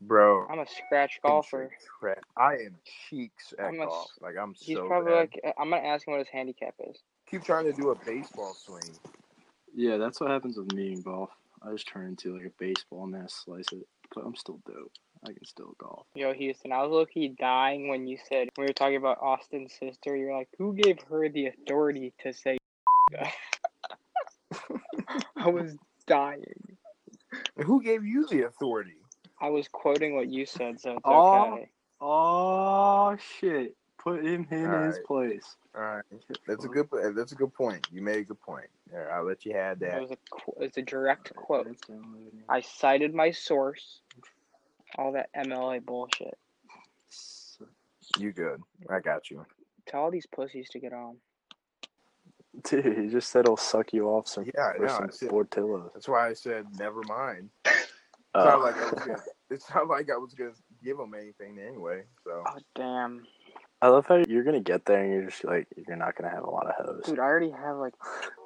bro. I'm a scratch golfer. Crap. I am cheeks at I'm a s- golf. Like I'm He's so probably bad. like, uh, I'm gonna ask him what his handicap is. keep trying to do a baseball swing. Yeah, that's what happens with me in golf. I just turn into like a baseball and then I slice it. But I'm still dope. I can still golf. Yo, Houston, I was low key dying when you said when we were talking about Austin's sister. You're like, who gave her the authority to say? I was dying. Who gave you the authority? I was quoting what you said, so it's Oh. okay. Oh shit! Put him in his Alright. place. All right, that's a good. That's a good point. You made a good point. All right, I'll let you have It that. was a qu- it's a direct quote. That's downloading. I cited my source. All that MLA bullshit. So- You good? I got you. Tell all these pussies to get on. Dude, he just said he'll suck you off some Yeah, I for know, some I said- Portillo. That's why I said never mind. It's Oh, not like I was gonna, it's not like I was gonna give him anything anyway. So Oh damn, I love how you're gonna get there and you're just like you're not gonna have a lot of hoes. dude! I already have like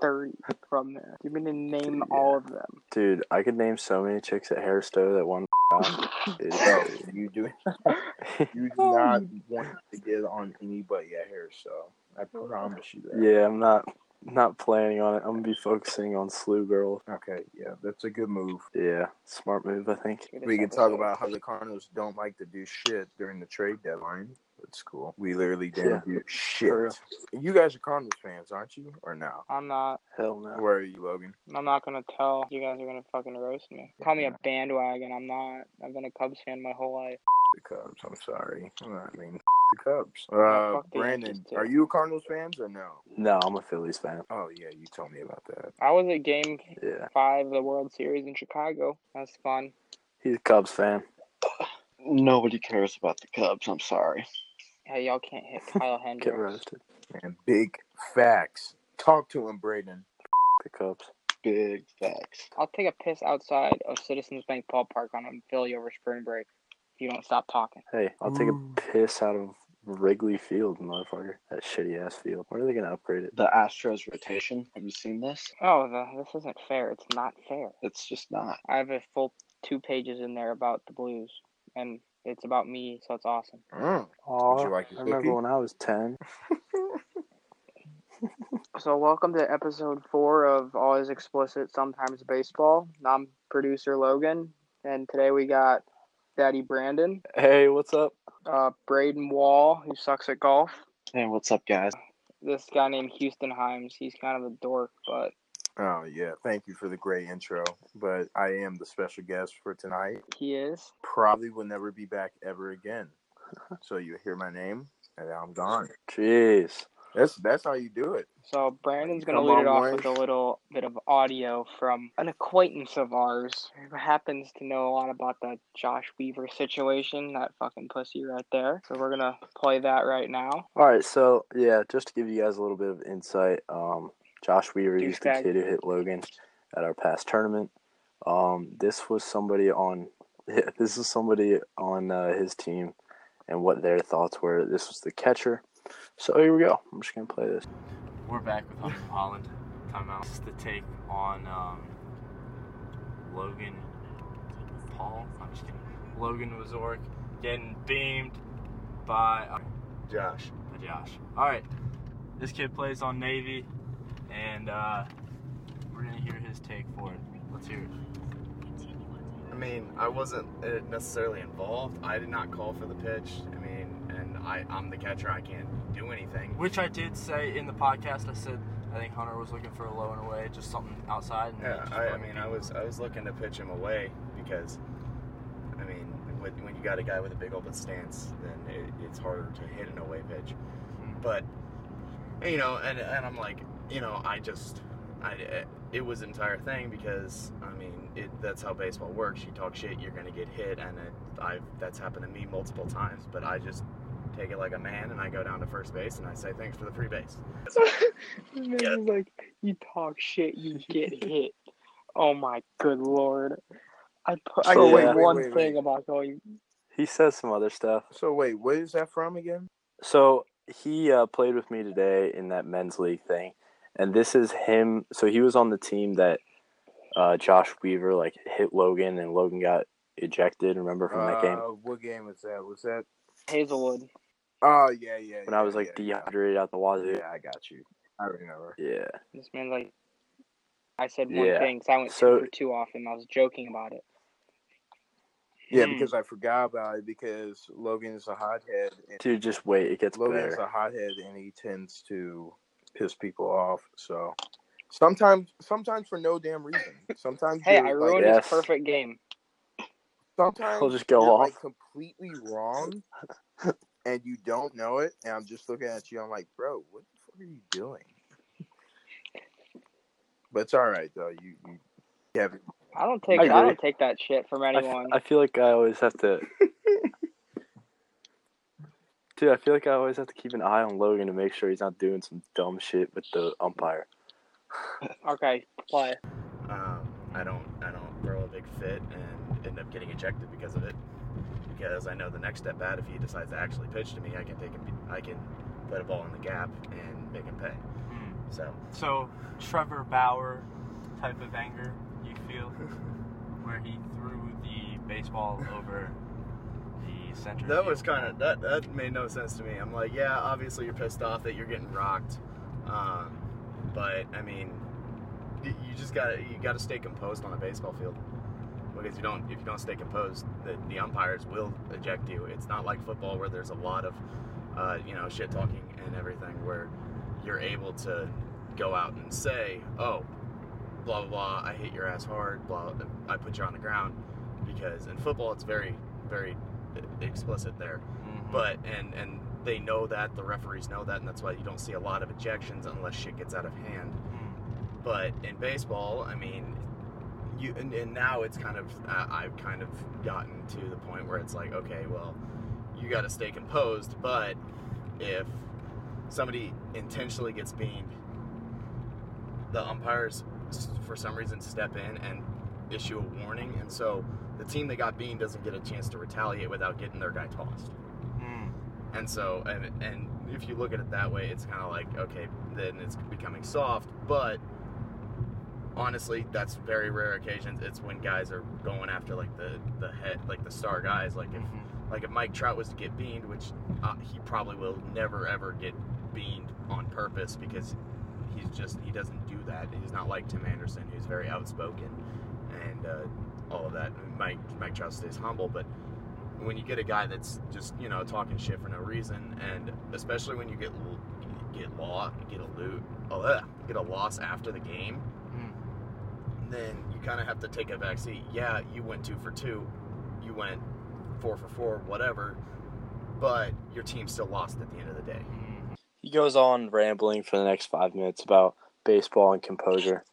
thirty from there. You mean to name all of them? Dude, I could name so many chicks at Hair Store that one. no, is- you do you do not want to get on anybody at here. So I promise you that. yeah, I'm not not planning on it. I'm gonna be focusing on Slew Girl. Okay. Yeah, that's a good move. Yeah, smart move, I think. Dude, We can it's talk episode. about how the Cardinals don't like to do shit during the trade deadline. That's cool. We literally Yeah. didn't do For real. shit. You guys are Cardinals fans, aren't you? Or no? I'm not. Hell no. Where are you, Logan? I'm not gonna tell. You guys are gonna fucking roast me. Call me a bandwagon. I'm not. I've been a Cubs fan my whole life. The Cubs. I'm sorry. I mean, the Cubs. Yeah, Uh, fuck the Brandon, Yankees, too. are you a Cardinals fans or no? No, I'm a Phillies fan. Oh yeah, you told me about that. I was at Game Yeah, Five of the World Series in Chicago. That was fun. he's a Cubs fan. Nobody cares about the Cubs. I'm sorry. Hey, y'all can't hit Kyle Get Hendricks. roasted. Man, big facts. Talk to him, Braden. The Cubs. Big facts. I'll take a piss outside of Citizens Bank Ballpark on a Philly over spring break if you don't stop talking. Hey, I'll take Ooh. a piss out of Wrigley Field, motherfucker. That shitty ass field. When are they gonna upgrade it? The Astros rotation. Have you seen this? Oh, the, this isn't fair. It's not fair. It's just not. I have a full two pages in there about the Blues, and it's about me, so it's awesome. Mm. Oh, you like your I remember cookie? when I was ten. So, welcome to episode four of Always Explicit, Sometimes Baseball. I'm producer Logan, and today we got Daddy Brandon, Hey, what's up? uh, Braden Wall, who sucks at golf. Hey, what's up, guys? This guy named Houston Himes. He's kind of a dork, but Oh yeah, thank you for the great intro. But I am the special guest for tonight. he is. Probably will never be back ever again. So you hear my name, and I'm gone. Jeez. That's that's how you do it. So Brandon's gonna Come on, lead it off boys. with a little bit of audio from an acquaintance of ours who happens to know a lot about the Josh Weaver situation, that fucking pussy right there. So we're gonna play that right now. All right, so yeah, just to give you guys a little bit of insight, um, Josh Weaver, he's the Douchebag. kid who hit Logan at our past tournament. Um, this was somebody on, yeah, this is somebody on uh, his team, and what their thoughts were. This was the catcher. So here we go. I'm just gonna play this. We're back with Hunter Holland. Timeout. This is the take on um, Logan Paul. I'm just kidding. Logan Wazork getting beamed by, uh, Josh. by Josh. All right, this kid plays on Navy, and uh, we're gonna hear his take for it. Let's hear it. I mean, I wasn't uh, necessarily involved. I did not call for the pitch. I mean, and I, I'm the catcher. I can't do anything. Which I did say in the podcast. I said I think Hunter was looking for a low and away, just something outside. And he Yeah, just I, I fucking mean, beat I him. was I was looking to pitch him away because, I mean, when, when you got a guy with a big open stance, then it, it's harder to hit an away pitch. Hmm. But, you know, and and I'm like, you know, I just, I it was an entire thing because I mean, it, that's how baseball works. You talk shit, you're gonna get hit, and it, I that's happened to me multiple times. But I just take it like a man, and I go down to first base, and I say thanks for the free base. This is like you talk shit, you get hit. Oh my good lord. I put I So can wait, say wait, one wait, thing wait. about going He says some other stuff. So wait, what is that from again? So he uh, played with me today in that men's league thing, and this is him. So he was on the team that uh, Josh Weaver like hit Logan, and Logan got ejected. Remember from that game Uh, what game was that? Was that? Hazelwood. Oh yeah, yeah. when I was yeah, like yeah. dehydrated out the wazoo. Yeah, I got you. I remember. Yeah, This man's like, I said one Yeah. thing because I went So- two for two off him. I was joking about it. Yeah, Mm. Hmm. because I forgot about it because Logan is a hothead. And dude, just wait, it gets Logan is better. a hothead, and he tends to piss people off. So sometimes, sometimes for no damn reason. Sometimes, Hey, you're, I like- ruined Yes. his perfect game. Sometimes He'll just go you're, off. like completely wrong, and you don't know it. And I'm just looking at you. I'm like, bro, what the fuck are you doing? But it's all right though. You, you have I don't take I I, agree. don't take that shit from I f- anyone. I feel like I always have to. Dude, I feel like I always have to keep an eye on Logan to make sure he's not doing some dumb shit with the umpire. okay, play. Um, I don't I don't throw a big fit and end up getting ejected because of it. Because I know the next step bat, if he decides to actually pitch to me, I can take him. I can put a ball in the gap and make him pay. Hmm. So So Trevor Bauer type of anger you feel where he threw the baseball over the center. that was field kind of that that made no sense to me. I'm like, yeah, obviously you're pissed off that you're getting rocked, um, but I mean, y- you just gotta you gotta stay composed on a baseball field because you don't if you don't stay composed, the, the umpires will eject you. It's not like football where there's a lot of uh, you know shit talking and everything where you're able to go out and say, oh, blah blah blah, I hit your ass hard, blah, I put you on the ground because in football it's very very explicit there Mhm. but and and they know that the referees know that and that's why you don't see a lot of ejections unless shit gets out of hand Hmm. but in baseball i mean you and, and now it's kind of uh, i've kind of gotten to the point where it's like okay well you got to stay composed but if somebody intentionally gets beamed the umpires s- for some reason step in and issue a warning and so the team that got beamed doesn't get a chance to retaliate without getting their guy tossed Hmm. and so, and, and if you look at it that way, it's kind of like, okay, then it's becoming soft. But honestly, that's very rare occasions. It's when guys are going after like the the head, like the star guys. Like if Mhm. like if Mike Trout was to get beamed, which uh, he probably will never ever get beamed on purpose because he's just he doesn't do that. He's not like Tim Anderson, who's very outspoken and uh, all of that. Mike Mike Trout stays humble, but when you get a guy that's just you know talking shit for no reason, and especially when you get l- get law get a loot uh, get a loss after the game, then you kind of have to take a back seat. Yeah, you went two for two, you went four for four, whatever, but your team still lost at the end of the day. Hmm. He goes on rambling for the next five minutes about baseball and composure.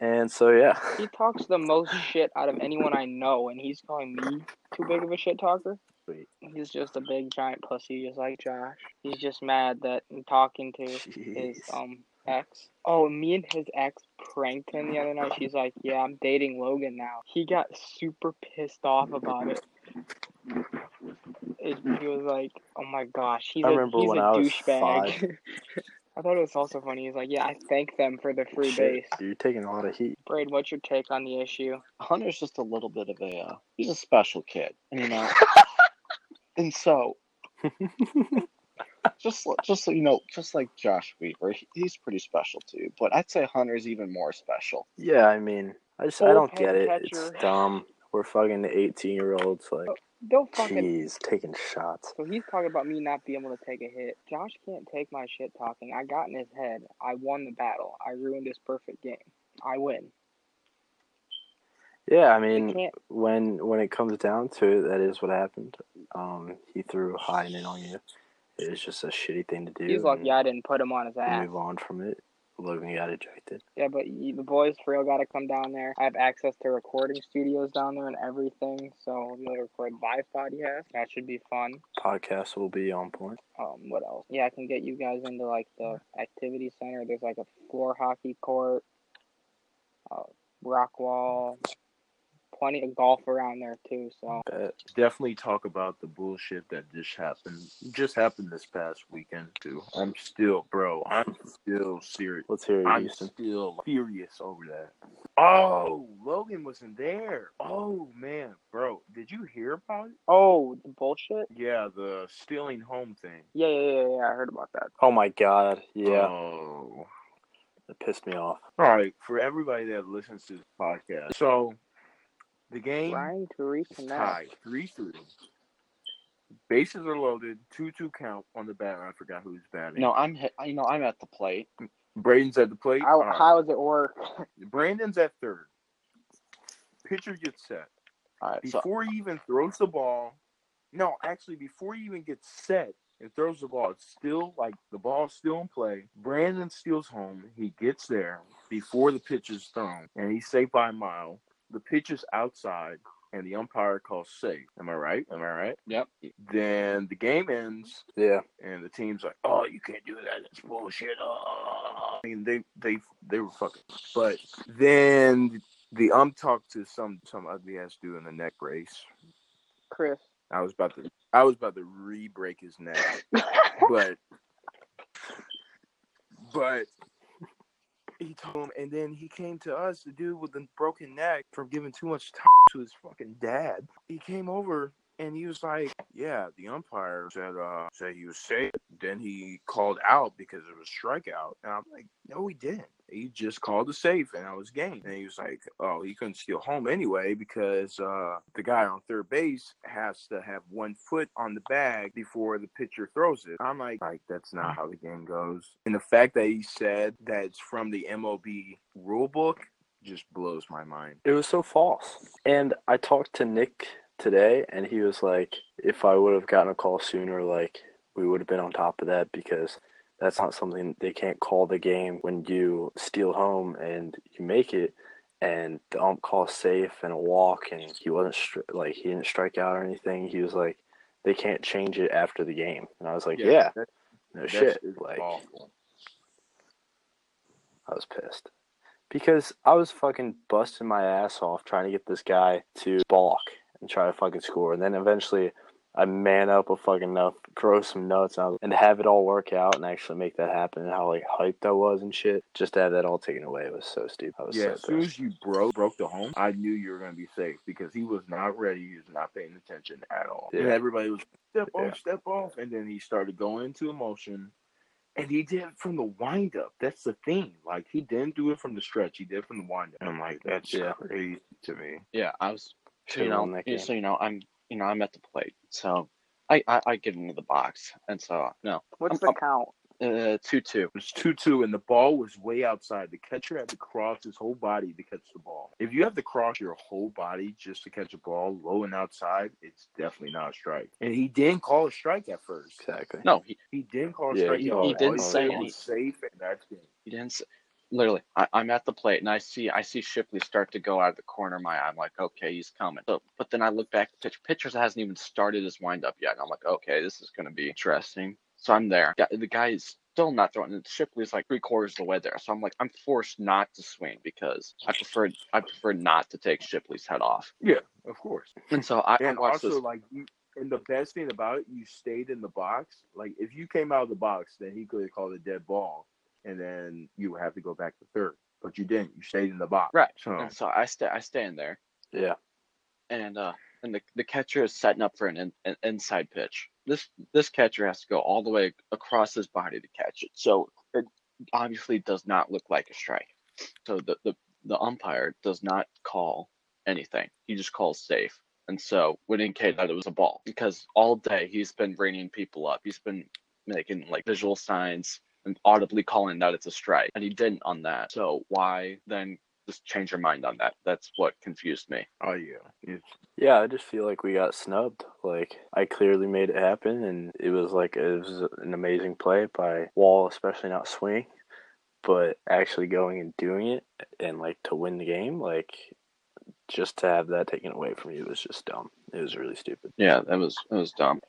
And so, yeah. He talks the most shit out of anyone I know, and he's calling me too big of a shit talker. Sweet. He's just a big giant pussy, just like Josh. He's just mad that I'm talking to his Jeez. um ex. Oh, me and his ex pranked him the other night. She's like, "Yeah, I'm dating Logan now." He got super pissed off about it. it he was like, "Oh my gosh, he's I a remember he's when a I was douchebag." I thought it was also funny. He's like, "Yeah, I thank them for the free Shit, base." you're taking a lot of heat. Braid, what's your take on the issue? Hunter's just a little bit of a uh, he's a special kid, you know. and so just li- just so you know, just like Josh Weaver, he- he's pretty special too, but I'd say Hunter's even more special. Yeah, I mean, I just I Bullpen don't get it. It's catcher. dumb. We're fucking 18 year olds, like, Don't fucking. jeez, taking shots. So he's talking about me not being able to take a hit. Josh can't take my shit talking. I got in his head. I won the battle. I ruined his perfect game. I win. Yeah, I He mean, can't. when when it comes down to it, that is what happened. Um, he threw high and in on you. It was just a shitty thing to do. He's like, and yeah, I didn't put him on his you ass. Move on from it. Logan got ejected. Yeah, but you, the boys for real got to come down there. I have access to recording studios down there and everything, so we'll be able to record live podcasts. That should be fun. Podcast will be on point. Um, what else? Yeah, I can get you guys into like the activity center. There's like a floor hockey court, uh, rock wall, plenty of golf around there too. So Bet. Definitely talk about the bullshit that just happened. Just happened this past weekend too. I'm still, bro. I'm still serious. Let's hear it, I'm Houston. still furious over that. Oh, Logan wasn't there. Oh man, bro, did you hear about it? oh, the bullshit. Yeah, the stealing home thing. Yeah, yeah, yeah, yeah. I heard about that. Oh my god. Yeah. Oh. It pissed me off. All right, for everybody that listens to this podcast, so the game Trying to is tied reconnect. three three. Bases are loaded, two two count on the batter. I forgot who's batting. No, I'm hit. You know, I'm at the plate. Braden's at the plate. How, All right. how does it work? Brandon's at third. Pitcher gets set. All right, so Before he even throws the ball, no, actually, before he even gets set and throws the ball, it's still like the ball's still in play. Brandon steals home. He gets there before the pitch is thrown, and he's safe by a mile. The pitch is outside, and the umpire calls safe. Am I right? Am I right? Yep. Then the game ends Yeah. and the team's like, "Oh, you can't do that. That's bullshit." Oh. I mean, they they they were fucking. But then the um talked to some some ugly ass dude in the neck race. Chris. I was about to I was about to re break his neck, but but he told him, and then he came to us, the dude with the broken neck from giving too much time to his fucking dad. He came over and he was like, "Yeah, the umpire said uh said he was safe." Then he called out because it was strikeout, and I'm like, "No, he didn't." He just called the safe, and I was game. And he was like, "Oh, he couldn't steal home anyway because uh, the guy on third base has to have one foot on the bag before the pitcher throws it." I'm like, "Like that's not how the game goes." And the fact that he said that it's from the MOB rule book just blows my mind. It was so false. And I talked to Nick today, and he was like, if I would have gotten a call sooner, like, we would have been on top of that because that's not something they can't call the game when you steal home and you make it. And the ump calls safe and a walk, and he wasn't stri- like he didn't strike out or anything. He was like, they can't change it after the game. And I was like, yeah, that- no that shit. is Like, awful. I was pissed. Because I was fucking busting my ass off trying to get this guy to balk and try to fucking score. And then eventually I man up a fucking enough, throw some nuts out, and have it all work out and actually make that happen. And how like hyped I was and shit. Just to have that all taken away was so stupid. I was Yeah, as so soon pissed. as you broke broke the home, I knew you were gonna be safe because he was not ready. He was not paying attention at all, and Yeah. everybody was step off, Yeah. step off, and then he started going into emotion, and he did it from the wind up. That's the thing. Like he didn't do it from the stretch. He did it from the wind up. And I'm like, that's Yeah. crazy to me. yeah, I was. Should've You know, won that yeah, game. so you know, I'm you know, I'm at the plate. So I I, I get into the box, and so no, What's the I'm- I'm- count? uh, two two. It was two two, and the ball was way outside. The catcher had to cross his whole body to catch the ball. If you have to cross your whole body just to catch a ball low and outside, it's definitely not a strike. And he didn't call a strike at first. Exactly. No, he, He didn't call a Yeah, strike. he at all. didn't All say said was anything. Safe, and that's it. he didn't. s literally, I, I'm at the plate, and I see I see Shipley start to go out of the corner of my eye. I'm like, okay, he's coming. So, but then I look back at the pitcher. Pitcher's hasn't even started his windup yet, and I'm like, okay, this is going to be interesting. So I'm there. Guy- The guy is still not throwing. And Shipley's like three quarters of the way there. So I'm like, I'm forced not to swing because I prefer I prefer not to take Shipley's head off. Of course. And so I, I And watched also, this. like, you, and the best thing about it, you stayed in the box. Like, if you came out of the box, then he could have called a dead ball, and then you would have to go back to third. But you didn't. You stayed in the box. Right. So And so I stay I stay in there, Yeah. and uh, and the, the catcher is setting up for an, in, an inside pitch. This this catcher has to go all the way across his body to catch it. So it obviously does not look like a strike. So the the, the umpire does not call anything. He just calls safe. And so would indicate that it was a ball because all day he's been ringing people up. He's been making like visual signs and audibly calling that it's a strike, and he didn't on that. So why then just change your mind on that? That's what confused me. oh yeah, it's Yeah, I just feel like we got snubbed. Like I clearly made it happen, and it was like it was an amazing play by Wall, especially not swinging, but actually going and doing it, and like to win the game, like just to have that taken away from you was just dumb. It was really stupid. Yeah, that was that was dumb.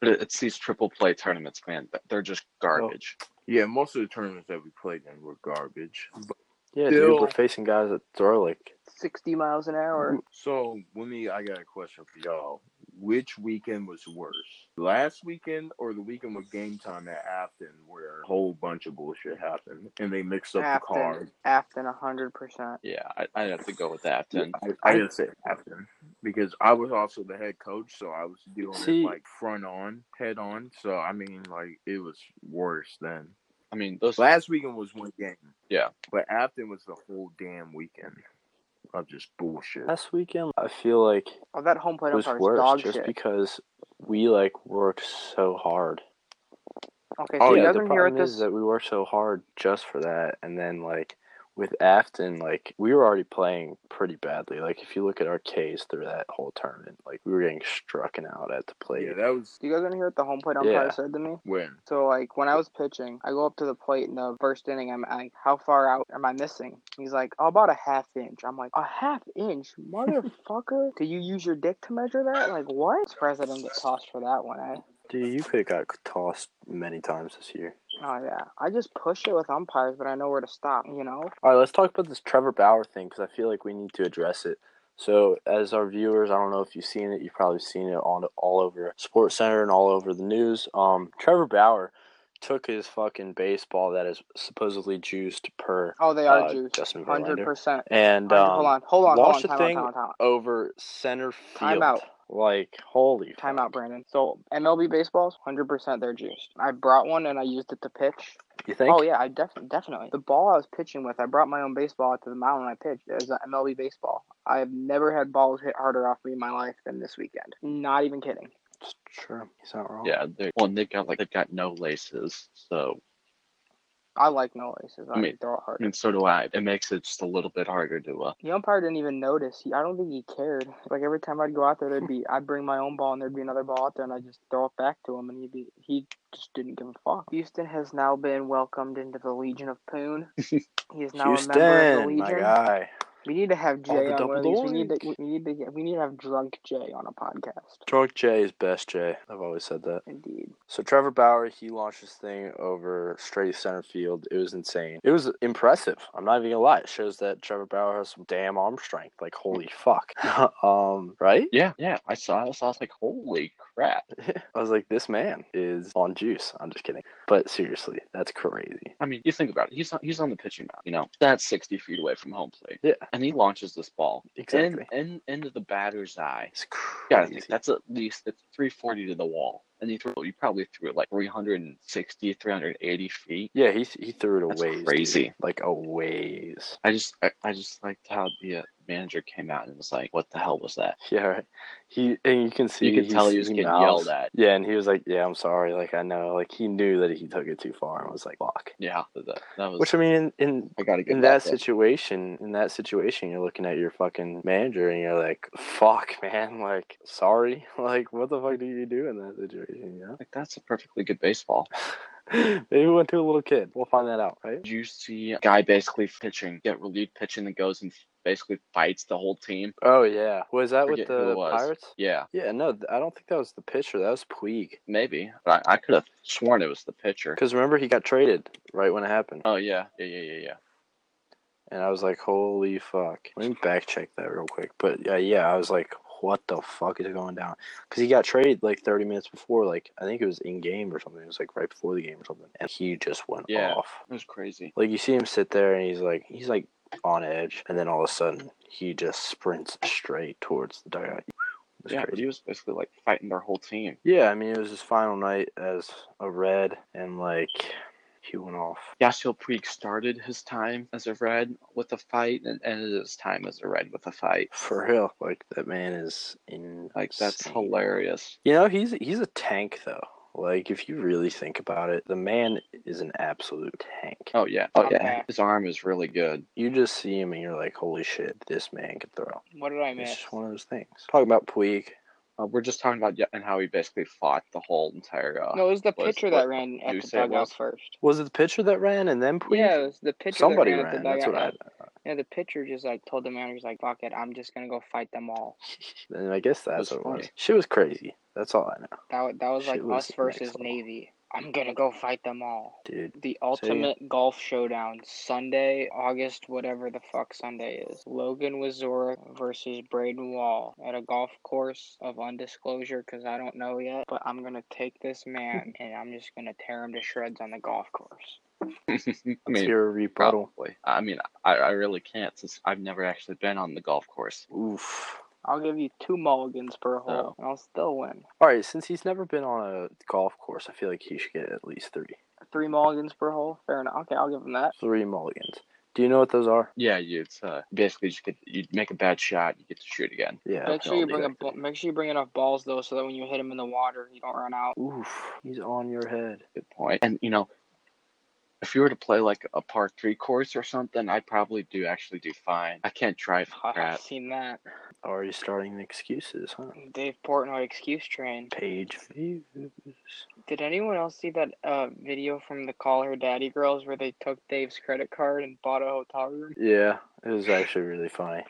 But it, it's these triple play tournaments, man. that- They're just garbage. yeah. Most of the tournaments that we played in were garbage. But Yeah, Still- dude, we're facing guys that throw like 60 miles an hour. So, Winnie, I got a question for y'all. Which weekend was worse? Last weekend or the weekend with game time at Afton where a whole bunch of bullshit happened and they mixed up the Afton, cards? Afton, 100%. Yeah, I, I'd have to go with that. Then I, I gotta say Afton because I was also the head coach, so I was doing See- it like front on, head on. So, I mean, like, it was worse then. I mean, those Last weekend was one game. Yeah. But Afton was the whole damn weekend of just bullshit. last weekend. I feel like Oh, that home plate it was umpire is dog worse just shit. because we like worked so hard. okay, Oh, so yeah, the the other year at problem is this. that we worked so hard just for that, and then like with Afton, like we were already playing pretty badly. Like if you look at our K's through that whole tournament, like we were getting struck out at the plate. Yeah, that was Do you guys want to hear what the home plate umpire uh, Yeah. said to me? when. So like when I was pitching, I go up to the plate in the first inning. I'm like, how far out am I missing? He's like, oh, about a half inch. I'm like, a half inch, motherfucker. Do you use your dick to measure that? Like what? surprised I didn't get tossed for that one. Eh? Dude, you could have got tossed many times this year. Oh yeah, I just push it with umpires, but I know where to stop. You know, All right, let's talk about this Trevor Bauer thing because I feel like we need to address it. So, as our viewers, I don't know if you've seen it. You've probably seen it on all over Sports Center and all over the news. Um, Trevor Bauer took his fucking baseball that is supposedly juiced per oh they are uh, juiced, Justin hundred Verlander percent. and hold um, on, hold on, hold on, watch the time thing- out, time out, time out. over center field. Time out. Like holy Time fuck. out, Brandon. So MLB baseballs, hundred percent, they're juiced. I brought one and I used it to pitch. You think? Oh yeah, I definitely definitely. The ball I was pitching with, I brought my own baseball out to the mound when I pitched. It was an MLB baseball. I've never had balls hit harder off me in my life than this weekend. Not even kidding. It's true. He's not wrong. yeah, they, well, and they've got like they've got no laces, so I like no laces. I, I mean- throw it hard. I mean, so do I. It makes it just a little bit harder to uh, The umpire didn't even notice. He, I don't think he cared. Like every time I'd go out there, there'd be I'd bring my own ball and there'd be another ball out there, and I'd just throw it back to him, and he'd be he just didn't give a fuck. Houston has now been welcomed into the Legion of Poon. He is now a member of the Houston, my Legion. guy. We need to have All Jay the on one of these. We need to double-doink. we need to get, we need to have drunk Jay on a podcast. Drunk Jay is best Jay. I've always said that. Indeed. So Trevor Bauer, he launched this thing over straight center field. It was insane. It was impressive. I'm not even gonna lie. It shows that Trevor Bauer has some damn arm strength. Like holy fuck. um, right? yeah, yeah. I saw this. I was like, holy crap! I was like, this man is on juice. I'm just kidding. But seriously, that's crazy. I mean, you think about it. He's on, he's on the pitching mound. You know, that's sixty feet away from home plate. Yeah. and he launches this ball Exactly. in, in into the batter's eye. It's Yeah, I crazy. think that's at least it's 340 to the wall, and he threw. You probably threw it like 360, 380 feet. yeah, he he threw it That's away. crazy. Like a ways. I just I, I just liked how the uh, manager came out and was like, "What the hell was that?" Yeah, right. He and you can see You could he's- tell he was getting yelled mouthed- at. Yeah, and he was like, "Yeah, I'm sorry. Like I know. Like he knew that he took it too far." And was like, "Fuck." Yeah, that, that was. Which I mean, in, in I gotta get in that situation, in that situation, you're looking at your fucking manager and you're like, "Fuck, man! Like, sorry. Like, what the fuck do you do in that situation? You Like, that's a perfectly good baseball. know? Maybe we went to a little kid. We'll find that out, right? Did you see a guy basically pitching, get relief pitching, that goes and basically fights the whole team? Oh yeah, was that with Forget who the it was. Pirates? Yeah, Yeah, no, th- I don't think that was the pitcher. That was Puig. maybe. But I, I could have sworn it was the pitcher. Because remember, he got traded right when it happened, Oh yeah, yeah, yeah, yeah, yeah. and I was like, "Holy fuck!" Let me back check that real quick. But uh, yeah, I was like, "What the fuck is going down?" Because he got traded like 30 minutes before. Like I think it was in game or something. It was like right before the game or something, and he just went Yeah. off. It was crazy. Like you see him sit there and he's like he's like on edge, and then all of a sudden he just sprints straight towards the dugout. It was yeah, but crazy. he was basically like fighting their whole team. Yeah, I mean it was his final night as a red, and like he went off. Yasiel Puig started his time as a red with a fight and ended his time as a red with a fight. For real, like that man is in Like that's hilarious. You know, he's he's a tank though. Like if you really think about it, the man is an absolute tank. Oh yeah, oh yeah. Okay. His arm is really good. You just see him and you're like, holy shit, this man can throw. What did I It's miss? just one of those things. Talking about Puig, Uh, we're just talking about Ya- and how he basically fought the whole entire. Uh, No, it was the was- pitcher what- that ran at you the say it dugout was? first. was it the pitcher that ran and then Puig? Yeah, it was the pitcher. Somebody that ran. ran. at the That's what I. dugout. Yeah, the pitcher just like told the manager, he's like, "Fuck it, I'm just gonna go fight them all." And I guess that's was what it was. funny. She was crazy. That's all I know. That wa- that was like Shit was us versus next level. Navy. I'm gonna go fight them all. dude. The ultimate golf showdown Sunday, August whatever the fuck Sunday is. Logan Wazora versus Braden Wall at a golf course of undisclosure because I don't know yet. But I'm gonna take this man and I'm just gonna tear him to shreds on the golf course. I Let's mean, hear a rebuttal. probably. I mean, I, I really can't since I've never actually been on the golf course. Oof. I'll give you two mulligans per Oh. hole and I'll still win. All right, since he's never been on a golf course, I feel like he should get at least three, Three mulligans per hole, fair enough. Okay, I'll give him that. three mulligans. Do you know what those are? Yeah, you it's, uh, basically just get you make a bad shot, you get to shoot again. Yeah. Make sure you bring a, penalty. bu- make sure you bring enough balls though, so that when you hit him in the water, you don't run out. Oof. He's on your head. Good point. And you know, if you were to play like a par three course or something, I'd probably do actually do fine. I can't drive like I've that. seen that. Already starting the excuses, huh? Dave Portnoy excuse train. Page views. Did anyone else see that uh, video from the Call Her Daddy girls where they took Dave's credit card and bought a hotel room? Yeah, it was actually really funny.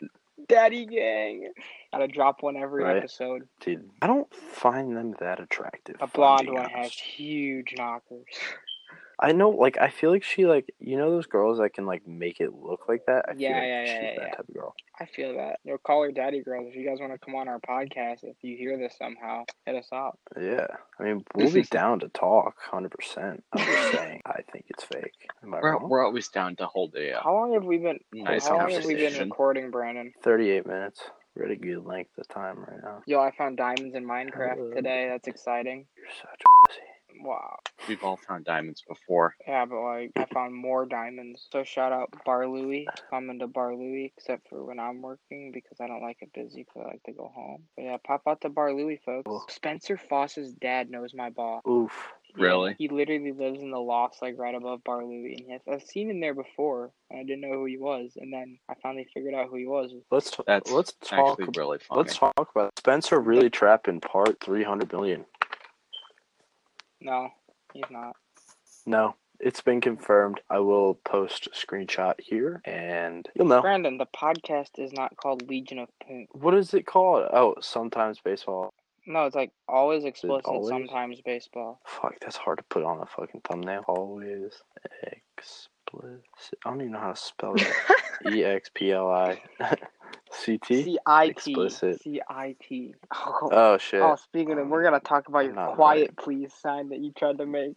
Daddy gang! Gotta drop one every Right. episode. Dude, I don't find them that attractive. A if I'm blonde being one has honest. huge knockers. I know, like, I feel like she, like, you know, those girls that can, like, make it look like that. I Yeah, feel like yeah, she's yeah, yeah, that yeah. type of girl. I feel that. Yo, Call Her Daddy girls, if you guys want to come on our podcast, if you hear this somehow, hit us up. Yeah, I mean, we'll be down to talk, hundred percent. I'm just saying, I think it's fake. Am I We're, wrong? we're always down to hold a uh, How long have we been? nice how long have we been conversation. recording, Brandon? Thirty-eight minutes, really good length of time right now. Yo, I found diamonds in Minecraft Uh. today. That's exciting. You're such a pussy. Wow. We've all found diamonds before. Yeah, but like I found more diamonds. So shout out Bar Louie. Come into Bar Louie, except for when I'm working because I don't like it busy because I like to go home. But yeah, pop out to Bar Louie, folks. Cool. Spencer Foss's dad knows my boss. Oof. Really? He literally lives in the loft, like right above Bar Louie. And yes, I've seen him there before, and I didn't know who he was. And then I finally figured out who he was. Let's t- That's let's talk. Actually, really funny. Let's talk about Spencer really trapping part three hundred million. No, he's not. No, it's been confirmed. I will post a screenshot here, and you'll know. Brandon, the podcast is not called Legion of Poon. What is it called? Oh, sometimes baseball. No, it's like always explicit, always? sometimes baseball. Fuck, that's hard to put on a fucking thumbnail. Always explicit. I don't even know how to spell that. E X P L I C T. C I T. Explicit. C I T. Oh, Oh shit. oh, speaking of, we're gonna talk about your Not really. quiet please sign that you tried to make.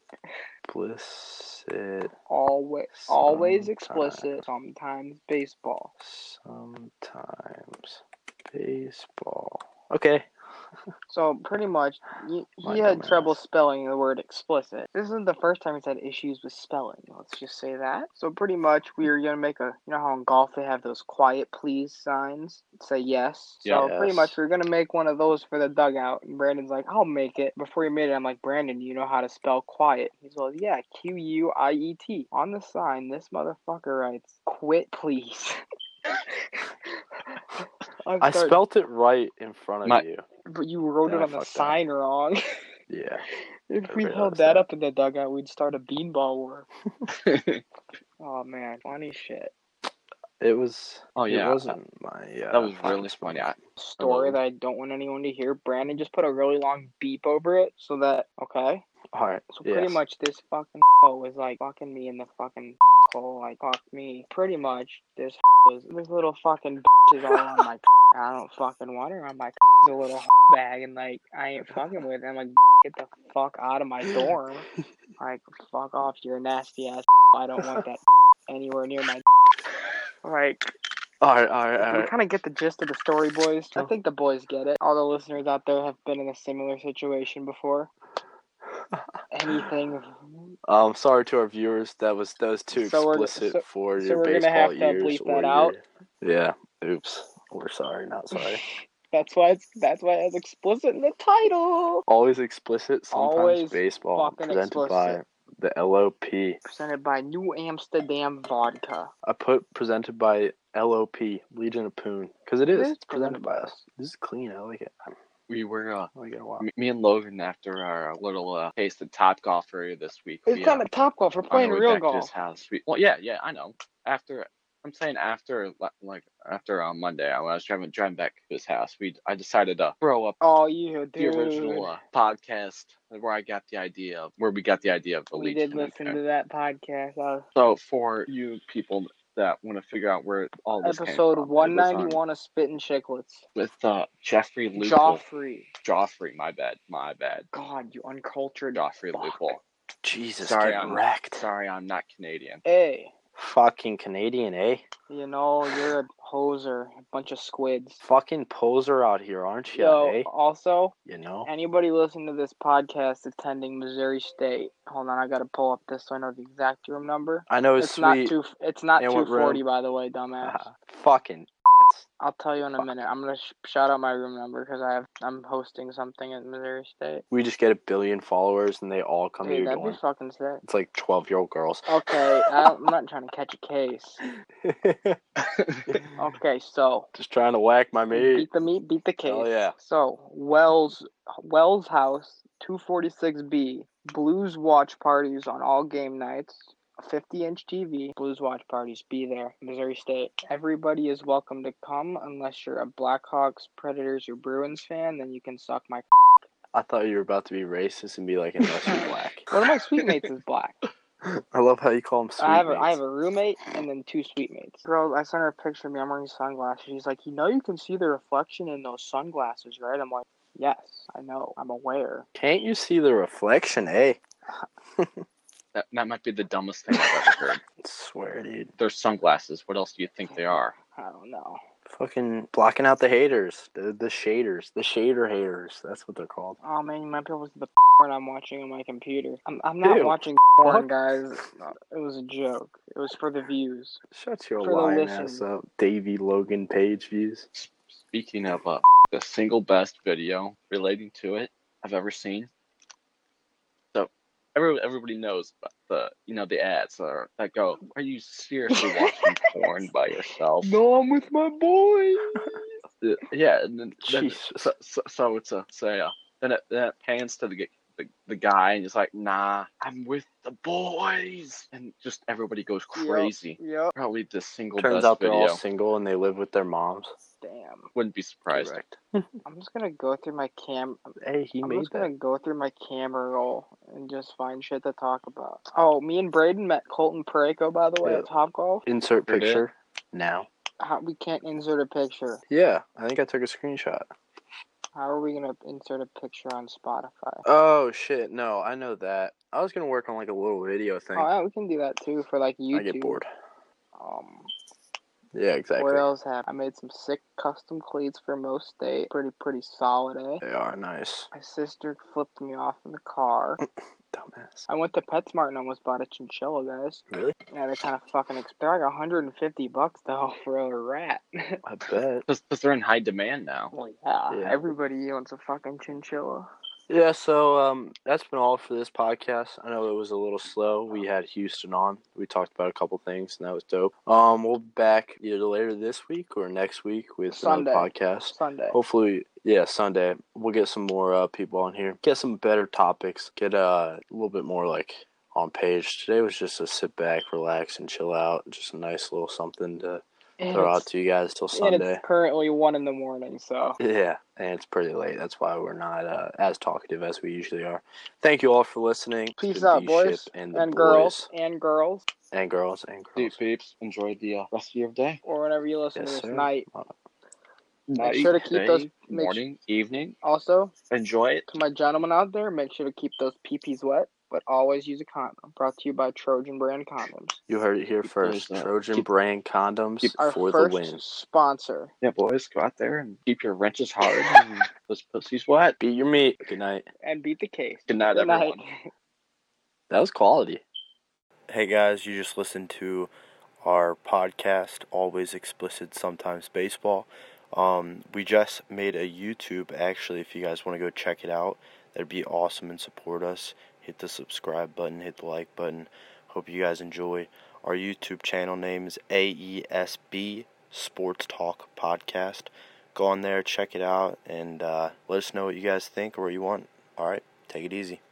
Explicit. Always, always Sometime- explicit. Sometimes baseball. Sometimes baseball. Okay. So pretty much, he, My he had dumbass. trouble spelling the word explicit. This isn't the first time he's had issues with spelling. Let's just say that. So pretty much, we were gonna make a. You know how in golf they have those quiet please signs. Say yes. So Yeah. pretty Yes. much, we were gonna make one of those for the dugout. And Brandon's like, I'll make it. Before he made it, I'm like, Brandon, you know how to spell quiet? He's like, Yeah, Q U I E T. On the sign, this motherfucker writes, "Quit, please." I'm I sorry, spelt it right in front of My- you. but you wrote then it I on the fucked up. sign wrong. Yeah. If I we held realized that, that. up in the dugout, we'd start a beanball war. Oh man, funny shit. It was. oh yeah, It wasn't my. Uh, that was fucking really funny. I, Story Hello. Uh-huh. that I don't want anyone to hear. Brandon just put a really long beep over it so that okay. All right. So yes. pretty much this fucking was like fucking me in the fucking hole, like fuck me. Pretty much this was this little fucking is all on my. I don't fucking want her on my a little bag and like I ain't fucking with. It. I'm like get the fuck out of my dorm. Like fuck off, you're a nasty ass. I don't want that anywhere near my. Like All right. All right. All we right. kind of get the gist of the story, boys. I Oh. think the boys get it. All the listeners out there have been in a similar situation before. Anything Um, sorry to our viewers. That was that was too So we're- explicit so- for so your we're gonna baseball have to bleep ears. that or your- out? Yeah. Oops. We're sorry. Not sorry. That's why it's that's why it's explicit in the title. Always explicit. Sometimes Always baseball. fucking Presented by explicit. the LOP. I Presented by New Amsterdam Vodka. put presented by LOP Legion of Poon because it is is it's presented by us. This is clean. I like it. I we were uh, like it a lot. m- me and Logan after our little uh, taste of top golf earlier this week. It's we, uh, not a top golf. We're on our playing way real back to his golf. house. We, well, yeah, yeah, I know. After I'm saying after la- like after on Monday when I was driving driving back to his house, we I decided to throw up Oh, you the dude. original uh, podcast where I got the idea of where we got the idea of uh, the we Legion. did listen okay? to that podcast. Uh, So for you people that want to figure out where all this came episode from, it was on 191 of Spittin' Chicklets. with uh, Jeffrey Loophole. Joffrey. Joffrey, my bad, my bad. God, you uncultured. Joffrey fuck. Loophole. Jesus, Sorry, get I'm- wrecked. Sorry, I'm not Canadian. Hey, Fucking Canadian, eh? you know, you're a hoser. A bunch of squids. Fucking poser out here, aren't you, Yo, eh? also, You know? anybody listening to this podcast attending Missouri State, hold on, I gotta pull up this so I know the exact room number. I know it's, It's not Oh, sweet. two. It's not And what two room? forty, by the way, dumbass. Fucking. I'll tell you in a minute. I'm gonna sh- shout out my room number because I have I'm hosting something at Missouri State. We just get a billion followers and they all come to Dude, your that'd be dorm. fucking sick. It's like 12 year old girls. Okay, I don't, I'm not trying to catch a case. Okay, so just trying to whack my meat. beat the meat, beat the case. Hell yeah. So Wells Wells House, two forty six B. Blues watch parties on all game nights. A Fifty inch TV. Blues watch parties. Be there, Missouri State. Everybody is welcome to come unless you're a Blackhawks, Predators, or Bruins fan. Then you can suck my. I thought you were about to be racist and be like, unless you're black. One of my sweet mates is black. I love how you call them sweet. I have a, mates. I have a roommate and then two sweet mates. Girl, I sent her a picture of me. I'm wearing sunglasses. She's like, you know, you can see the reflection in those sunglasses, right? I'm like, yes, I know. I'm aware. Can't you see the reflection, eh? That, that might be the dumbest thing I've ever heard. swear, dude. They're sunglasses. What else do you think they are? I don't know. Fucking blocking out the haters. The, the shaders. The shader haters. That's what they're called. Oh man, you might be able to see the porn I'm watching on my computer. I'm I'm not Ew. watching What? porn, guys. It was a joke. It was for the views. Shut your For the lying listen. ass up, Davy Logan Page views. Speaking of uh, the single best video relating to it I've ever seen. So every, everybody knows about the you know the ads that, are, that go. Are you seriously watching porn by yourself? No, I'm with my boy. Uh, Yeah, and then, then Jesus. so, so, so it's a so yeah. Then it, then it pans to the, g- the the guy and he's like, "Nah, I'm with the boys," and just everybody goes Yep. crazy. Yep. Probably the single Turns best out they're video. all single and they live with their moms. Damn. Wouldn't be surprised. Correct. I'm just gonna go through my cam. Hey, he I'm made just that. gonna go through my camera roll and just find shit to talk about. Oh, me and Braden met Colton Pareko, by the way, Yeah. at Top Golf. Insert Sure did. picture now. How, we can't insert a picture. Yeah, I think I took a screenshot. How are we gonna insert a picture on Spotify? Oh shit, no, I know that. I was gonna work on like a little video thing. Oh, yeah, we can do that too for like YouTube. I get bored. Um, Yeah, exactly. What else happened? I made some sick custom cleats for most state. Pretty pretty solid, eh? They are nice. My sister flipped me off in the car. Mm. Dumbass. I went to PetSmart and almost bought a chinchilla, guys. Really? Yeah, they kind of fucking expensive. Like 150 bucks though for a rat. I bet. Because they're in high demand now. well, yeah, Yeah. "Ah, everybody wants a fucking chinchilla. Yeah, so um that's been all for this podcast. I know it was a little slow. We had Houston on. We talked about a couple things and that was dope. Um we'll be back either later this week or next week with Sunday. another podcast. Sunday. Hopefully, yeah, Sunday we'll get some more uh, people on here, get some better topics, get uh, a little bit more like on page. Today was just a sit back, relax, and chill out. Just a nice little something to And throw out it's, to you guys till and Sunday. it's currently one in the morning, so Yeah, and it's pretty late. That's why we're not uh, as talkative as we usually are. Thank you all for listening. It's peace been out, D boys Ship and, the and boys. girls and girls, and girls and girls. Dude, peeps, enjoy the uh, rest of your day. or whenever you listen Yes, to this sir. night. Night, sure to keep day, those- make- morning, evening. Also, Enjoy it. To my gentlemen out there, make sure to keep those peepees wet, but always use a condom. Brought to you by Trojan Brand Condoms. You heard it here first. There's, uh, Trojan keep- brand condoms keep- Our for the first win. sponsor. Yeah, boys, go out there and keep your wrenches hard and those pussies wet. Beat your meat. Good night. And beat the case. Good night, Good night. everyone. That was quality. Hey guys, you just listened to our podcast, Always Explicit, Sometimes Baseball. Um, we just made a YouTube, actually, if you guys want to go check it out. That'd be awesome and support us. Hit the subscribe button, hit the like button. Hope you guys enjoy. Our YouTube channel name is AESB Sports Talk Podcast. Go on there, check it out, and uh, let us know what you guys think or what you want. All right, take it easy.